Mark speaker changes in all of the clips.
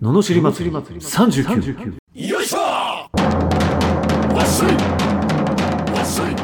Speaker 1: ののしり祭り39
Speaker 2: よいしょわっしょいわっしょい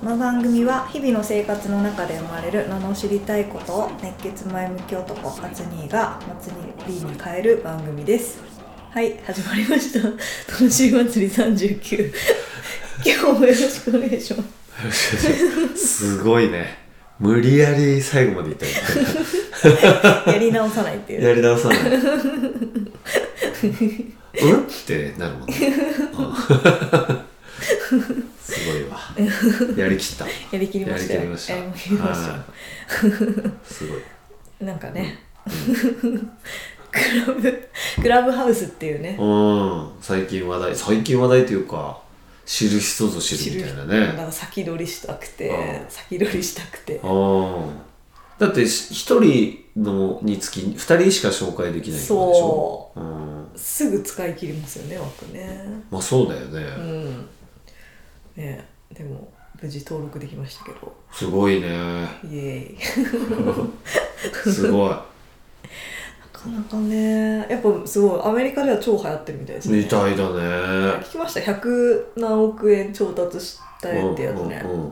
Speaker 3: この番組は日々の生活の中で生まれる罵りたいことを熱血前向き男アツニーが祭りに変える番組ですはい始まりました罵り祭り39今日もよろしくお願いします
Speaker 4: すごいね無理やり最後までいったよね
Speaker 3: やり直さないっていう
Speaker 4: やり直 さないうんってなるもんねうんすごいわやりきった
Speaker 3: やりきりま
Speaker 4: やり
Speaker 3: し
Speaker 4: き
Speaker 3: たよ
Speaker 4: りました
Speaker 3: やりきりました
Speaker 4: はいすごい
Speaker 3: なんかねクラブクラブハウスっていうね
Speaker 4: うん最近話題最近話題というか知る人ぞ知るみたいな
Speaker 3: なん
Speaker 4: ね
Speaker 3: か先取りしたくて
Speaker 4: うん
Speaker 3: 先取りしたくて
Speaker 4: うんだってし一人のにつき二人しか紹介できないからでしょう、ん、
Speaker 3: すぐ使い切りますよね枠ね
Speaker 4: まあそうだよね、
Speaker 3: うんねでも無事登録できましたけど
Speaker 4: すごいね
Speaker 3: イエーイ
Speaker 4: すごい
Speaker 3: なかなかねやっぱすごいアメリカでは超流行ってるみたいですね
Speaker 4: みたいだね
Speaker 3: 聞きました100何億円調達したいってやつね
Speaker 4: うんうんうん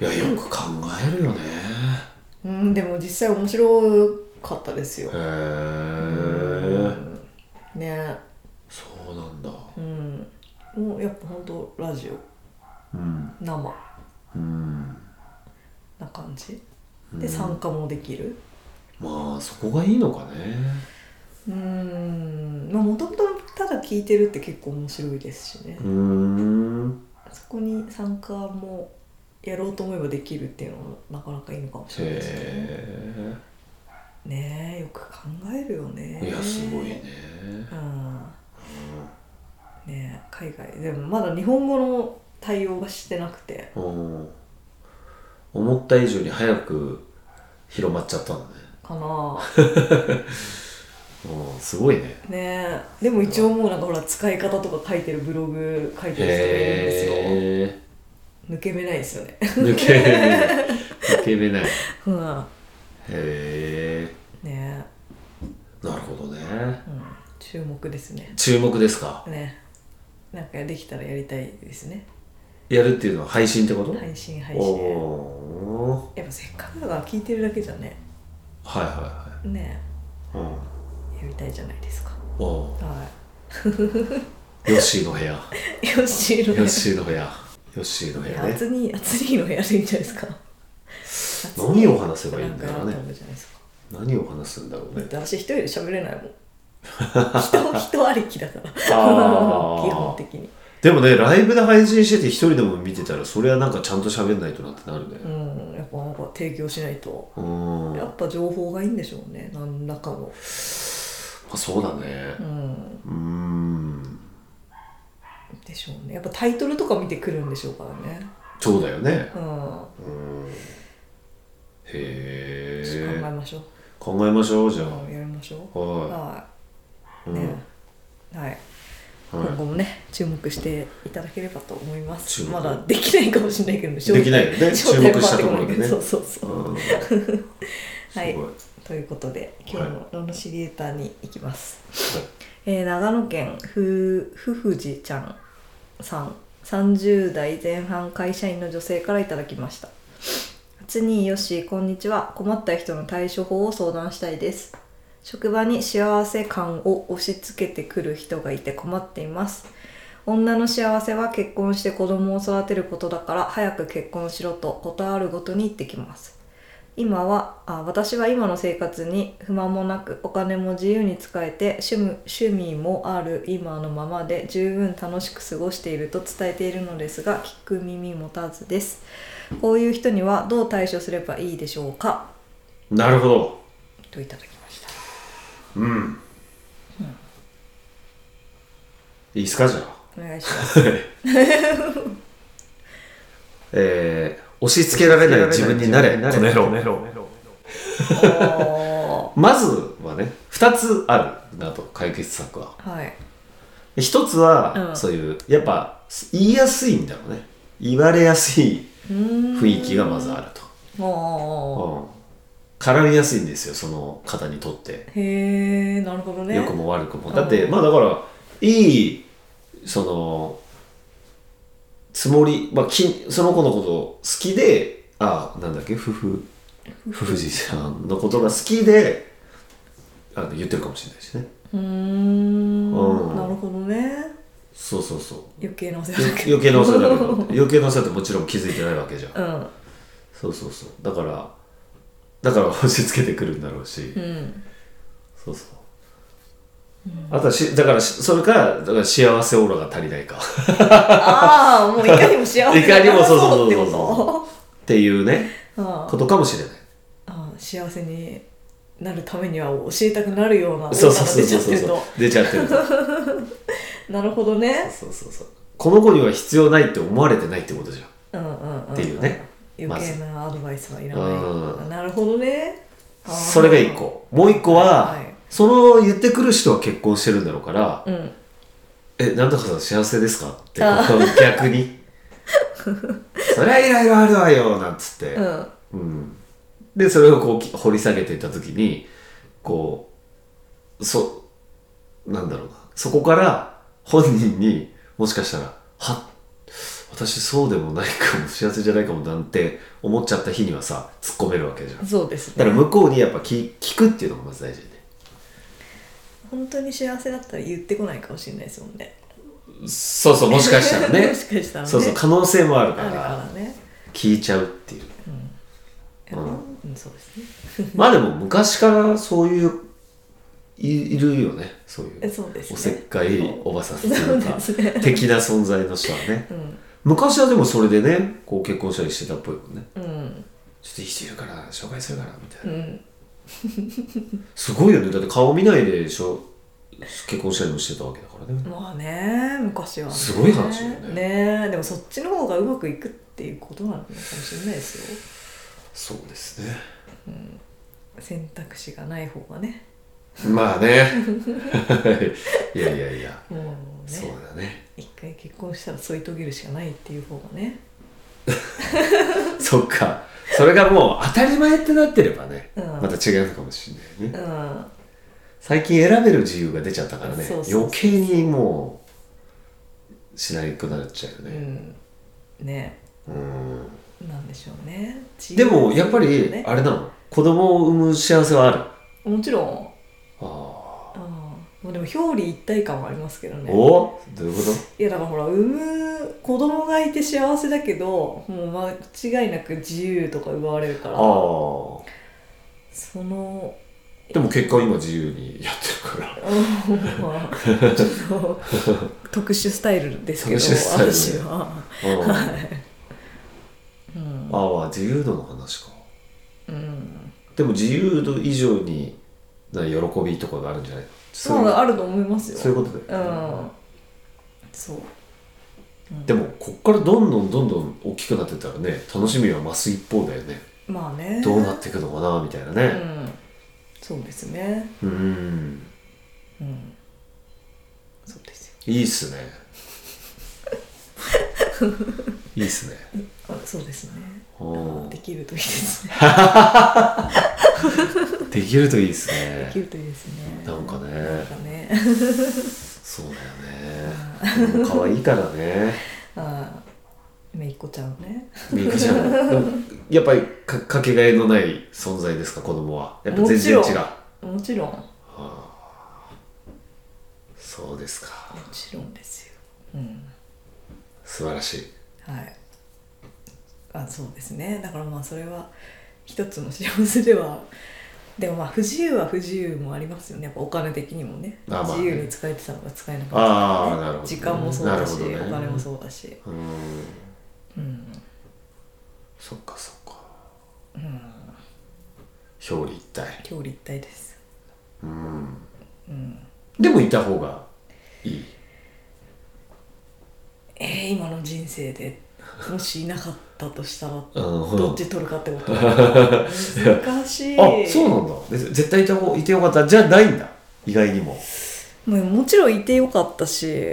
Speaker 4: いやよく考えるよね
Speaker 3: うんでも実際面白かったですよ
Speaker 4: へえ
Speaker 3: ね
Speaker 4: そうなんだ
Speaker 3: うんもうやっぱほんとラジオ
Speaker 4: うん
Speaker 3: 生
Speaker 4: うん
Speaker 3: な感じで参加もできる
Speaker 4: まあそこがいいのかね
Speaker 3: うんまあもともとただ聞いてるって結構面白いですしね
Speaker 4: うーん
Speaker 3: そこに参加もやろうと思えばできるっていうのもなかなかいいのかもしれないですけどね
Speaker 4: へ
Speaker 3: ねえよく考えるよね
Speaker 4: えいやすごいね
Speaker 3: うんねえ海外でもまだ日本語の対応がしてなくて
Speaker 4: うん思った以上に早く広まっちゃったんだね
Speaker 3: かな
Speaker 4: うんすごいね
Speaker 3: ねえでも一応もうなんかほら使い方とか書いてるブログ書いてる人がいるんですよ
Speaker 4: へえ
Speaker 3: 抜け目ないですよね
Speaker 4: 抜け目ない抜け目ないへ
Speaker 3: うん
Speaker 4: え
Speaker 3: ね
Speaker 4: なるほどね
Speaker 3: え、うん、注目ですね
Speaker 4: 注目ですか
Speaker 3: ねえなんかできたらやりたいですね
Speaker 4: やるっていうのは配信ってこと、
Speaker 3: 配信配
Speaker 4: お
Speaker 3: 信
Speaker 4: お
Speaker 3: やっぱせっかくだから聞いてるだけじゃね
Speaker 4: ーはいは
Speaker 3: ね
Speaker 4: いはい、
Speaker 3: えやりたいじゃないですか
Speaker 4: うん、お
Speaker 3: は
Speaker 4: ーヨッシーの部屋 ヨ
Speaker 3: いよしの部
Speaker 4: ッ
Speaker 3: 屋
Speaker 4: シーの部屋ヨッシーの部屋ね
Speaker 3: 厚に厚にの部屋でいいんじゃないですか
Speaker 4: 何を話せばいいんだ
Speaker 3: な
Speaker 4: ろ
Speaker 3: ん
Speaker 4: うね
Speaker 3: かやると思うじゃないですか
Speaker 4: 何を話すんだろう
Speaker 3: だっ
Speaker 4: ね
Speaker 3: て私一人で喋れないも ん人人ありきだから 基
Speaker 4: あー
Speaker 3: 本的に
Speaker 4: でもねライブで配信してて一人でも見てたらそれはなんかちゃんと喋んないとなってなるね
Speaker 3: うんやっぱなんか提供しないと
Speaker 4: うん、
Speaker 3: や
Speaker 4: ま
Speaker 3: っぱ情報がいいんでしょうね何らかの
Speaker 4: あ、そうだね
Speaker 3: うん
Speaker 4: うーん
Speaker 3: でしょうねやっぱタイトルとか見てくるんでしょうからね
Speaker 4: そうだよね
Speaker 3: うん
Speaker 4: うんへ
Speaker 3: ちょっと考え
Speaker 4: え
Speaker 3: ましょう、
Speaker 4: 考えましょうじゃ
Speaker 3: うんやりましょ
Speaker 4: あ
Speaker 3: う
Speaker 4: は、
Speaker 3: はい
Speaker 4: う
Speaker 3: い、
Speaker 4: ん
Speaker 3: ね、は
Speaker 4: は
Speaker 3: い
Speaker 4: い
Speaker 3: 今後もね注目していただければと思います
Speaker 4: 注目
Speaker 3: まだできないかもしれないけど
Speaker 4: できないよね
Speaker 3: 招
Speaker 4: 注
Speaker 3: 待
Speaker 4: 目したところでね
Speaker 3: そうそうそう、
Speaker 4: うん
Speaker 3: はい
Speaker 4: すごい
Speaker 3: ということで今日の「ロのシリエーター」に行きます、
Speaker 4: はい
Speaker 3: えー長野県ふふふじちゃんさん30代前半会社員の女性からいただきましたつによしこんにちは困った人の対処法を相談したいです職場に幸せ感を押し付けてくる人がいて困っています女の幸せは結婚して子供を育てることだから早く結婚しろとことあるごとに言ってきます今はあ私は今の生活に不満もなくお金も自由に使えて趣味趣味もある今のままで十分楽しく過ごしていると伝えているのですが聞く耳持たずですこういう人にはどう対処すればいいでしょうか
Speaker 4: なるほど
Speaker 3: といただきました
Speaker 4: うん。いいっすかじゃあ。
Speaker 3: お願いします
Speaker 4: えー、押し付けられない自分になれ、この野郎。
Speaker 3: お
Speaker 4: まずはね、二つあるなと、解決策は。
Speaker 3: ーはい
Speaker 4: 一つは、
Speaker 3: うん
Speaker 4: そういう、やっぱ、言いやすいんだろうね。言われやすいう
Speaker 3: ーん
Speaker 4: 雰囲気がまずあると。
Speaker 3: おー
Speaker 4: うん絡みやすいんですよその方にとって
Speaker 3: へえなるほどね
Speaker 4: 良くも悪くもだって
Speaker 3: うん
Speaker 4: まあだからいいそのつもり、まあ、きその子のこと好きであなんだっけ夫婦夫婦じさんのことが好きであの言ってるかもしれないしね
Speaker 3: うーん
Speaker 4: うん
Speaker 3: なるほどね
Speaker 4: そうそうそう
Speaker 3: 余計なお世話
Speaker 4: よ
Speaker 3: だけど
Speaker 4: 余計なお世話だけど余計なお世話ってもちろん気づいてないわけじゃん
Speaker 3: うん
Speaker 4: そうそうそうだからだから押し付けてくるんだろうし、
Speaker 3: うん
Speaker 4: そうそうあとはしだからしそれからだから幸せオーラが足りないかっ
Speaker 3: ああもういかにも幸せ
Speaker 4: いかにもそうそうそうそう
Speaker 3: ってこ
Speaker 4: ていうね
Speaker 3: とあ
Speaker 4: ことかもしれない
Speaker 3: あああ幸せになるためには教えたくなるような
Speaker 4: そうそうそう
Speaker 3: オーラ
Speaker 4: そう
Speaker 3: が
Speaker 4: そう
Speaker 3: 出ちゃってると
Speaker 4: 出ちゃってる とそう
Speaker 3: なるほどね
Speaker 4: そうそうそうこの子には必要ないって思われてないってことじゃん
Speaker 3: うんうんうん
Speaker 4: っていうねま
Speaker 3: 余
Speaker 4: ず
Speaker 3: 計なアドバイスはいらない、
Speaker 4: うん
Speaker 3: なるほどねあー
Speaker 4: それが1個もう1個は、
Speaker 3: はいはい
Speaker 4: その言ってくる人は結婚してるんだろうから、
Speaker 3: うん
Speaker 4: え、なんとかさん幸せですかって
Speaker 3: あ
Speaker 4: こう逆 に。そりゃいろいろあるわよ、なんつって。
Speaker 3: うん
Speaker 4: うんで、それをこうき掘り下げていった時に、こう、そ、なんだろうな。そこから本人にもしかしたら、は私そうでもないかも、幸せじゃないかもなんて思っちゃった日にはさ、突っ込めるわけじゃん。だ
Speaker 3: そうです
Speaker 4: から
Speaker 3: ね
Speaker 4: 向こうにやっぱ聞聞くっていうのがまず大事で、
Speaker 3: 本当に幸せだったら言ってこないかもしれないですもんね
Speaker 4: そうそう、もしかしたらね。
Speaker 3: もしかしたら ね
Speaker 4: そうそう、可能性もある
Speaker 3: あるからね
Speaker 4: 聞いちゃうっていう
Speaker 3: う
Speaker 4: うん
Speaker 3: ん、うん、そうですね
Speaker 4: まあでも昔からそういういいるよねそうい
Speaker 3: え
Speaker 4: う
Speaker 3: そうですね
Speaker 4: おせっかいおばさんって
Speaker 3: そ
Speaker 4: いうう
Speaker 3: で
Speaker 4: か
Speaker 3: すね
Speaker 4: 的な存在の人はね
Speaker 3: うん
Speaker 4: 昔はでもそれでねこう結婚したりしてたっぽいもんね
Speaker 3: うん
Speaker 4: ちょっといい人いるから紹介するからみたいうなんすごいよねだって顔見ないでしょ結婚したりもしてたわけだからね
Speaker 3: まあね昔はね
Speaker 4: すごい話だよね
Speaker 3: ねでもそっちの方がうまくいくっていうことなのかもしれないですよ
Speaker 4: そうですね
Speaker 3: 選択肢がない方がね
Speaker 4: まあ ねいやいやいや
Speaker 3: もうね
Speaker 4: そうだね
Speaker 3: 一回結婚したら添い遂げるしかないっていう方がね
Speaker 4: そっかそれがもう当たり前ってなってればね
Speaker 3: うん
Speaker 4: また違うのかもしれないね
Speaker 3: うん
Speaker 4: 最近選べる自由が出ちゃったからね
Speaker 3: そうそうそう
Speaker 4: 余計にもうしないくなっちゃうよ
Speaker 3: う
Speaker 4: ね、
Speaker 3: んね
Speaker 4: うん
Speaker 3: なんでしょうね
Speaker 4: でもやっぱり
Speaker 3: ね
Speaker 4: あれなの子供を産む幸せはある
Speaker 3: もちろん
Speaker 4: あ
Speaker 3: ああでも表裏一体感はありますけど
Speaker 4: ー
Speaker 3: ね
Speaker 4: おどういうこ
Speaker 3: いやだからほら産む子供がいて幸せだけどもう間違いなく自由とか奪われるから
Speaker 4: とあ
Speaker 3: その
Speaker 4: あでも結果今自由にやってるから
Speaker 3: うんまあちょっと特殊スタイルですけど
Speaker 4: 特殊スタイルね
Speaker 3: 私は、
Speaker 4: うん
Speaker 3: うん
Speaker 4: ああ自由度の話か
Speaker 3: うん、
Speaker 4: でも自由度以上にな喜びとかがあるんじゃないの
Speaker 3: そういうのあると思いますよ
Speaker 4: そういうことだよ、
Speaker 3: うんそう
Speaker 4: でもこっからどんどんどんどん大きくなってったらね楽しみは増す一方だよね
Speaker 3: まあね
Speaker 4: どうなっていくのかなみたいな
Speaker 3: う
Speaker 4: ね
Speaker 3: んそうですね
Speaker 4: うん
Speaker 3: うんそうですよ
Speaker 4: いいっす ねいいっすね
Speaker 3: あそうですね
Speaker 4: おー
Speaker 3: できるといいですね
Speaker 4: できるといいっす
Speaker 3: でき
Speaker 4: ね
Speaker 3: るといいですね
Speaker 4: なんかね
Speaker 3: なんかね
Speaker 4: そうだよねでも可愛いからね
Speaker 3: あーめいっ子ちゃんね
Speaker 4: みゆきちゃんでもやっぱりかかけがえのない存在ですか子供はやっぱ全然違う
Speaker 3: もちろんもちろんも
Speaker 4: そうですか
Speaker 3: ちろんですようん
Speaker 4: 素晴らしい
Speaker 3: はいあそうですねだからまあそれは一つの幸せではでもまあ不自由は不自由もありますよねやっぱお金的にもね,、
Speaker 4: あまあね
Speaker 3: 自由に使えてたのが使えなかった
Speaker 4: ああなるほど、
Speaker 3: 時間もそうだし、
Speaker 4: なるほどね
Speaker 3: お金もそうだし
Speaker 4: うーん
Speaker 3: うん
Speaker 4: そっかそっかうん表裏一体
Speaker 3: 表裏一体です
Speaker 4: でもいた方がいい
Speaker 3: えー、今の人生でもしいなかったとしたら
Speaker 4: うん
Speaker 3: どっち取るかって こと難しい
Speaker 4: あそうなんだで絶対いた方いてよかったじゃないんだ意外にも
Speaker 3: まあもちろんいてよかったし、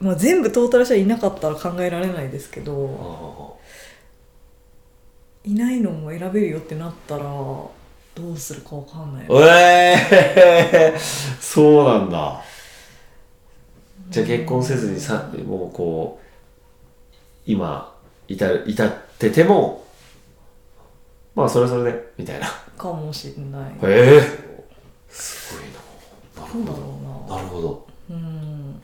Speaker 3: まあ、全部トータルしてはいなかったら考えられないですけど
Speaker 4: あ
Speaker 3: いないのも選べるよってなったらどうするかわかんない
Speaker 4: ええー、そうなんだ。じゃあ結婚せずにさ、もうこう、今、至る、至ってても、まあそれはそれで、みたいな。
Speaker 3: かもしれない
Speaker 4: ええすごいな。な
Speaker 3: なんだ
Speaker 4: るほ
Speaker 3: ろう
Speaker 4: ど。
Speaker 3: な
Speaker 4: なるほど。
Speaker 3: うん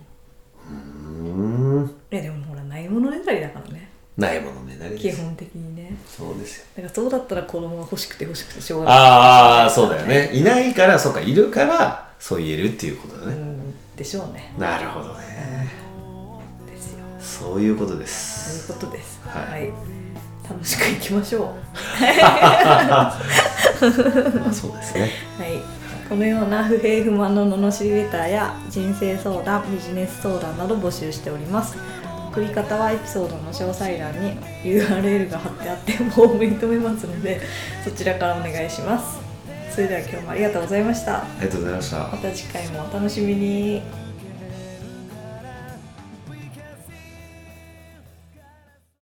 Speaker 4: うーん。
Speaker 3: えでもほらないものねだりだからね
Speaker 4: ないものねだり
Speaker 3: 基
Speaker 4: です。
Speaker 3: 本的にね
Speaker 4: そうですよ。
Speaker 3: だからそうだったら子供が欲しくて欲しくてしょうがない
Speaker 4: ああ、そうだよね。いないから、そうか、いるから、そう言えるっていうことだ
Speaker 3: う
Speaker 4: ね。
Speaker 3: んでしょうね
Speaker 4: なるほどね。
Speaker 3: ですよ
Speaker 4: そういうことで
Speaker 3: とい
Speaker 4: す。
Speaker 3: うことです
Speaker 4: は
Speaker 3: はいい楽しくいきましょうは
Speaker 4: まあそうですね。
Speaker 3: いこのような不平不満の罵りレターや人生相談ビジネス相談など募集しております送り方はエピソードの詳細欄に URL が貼ってあってフォームに留めますのでそちらからお願いしますそれでは今日もありがとうございました
Speaker 4: ありがとうございました
Speaker 3: ま。た次回もお楽しみに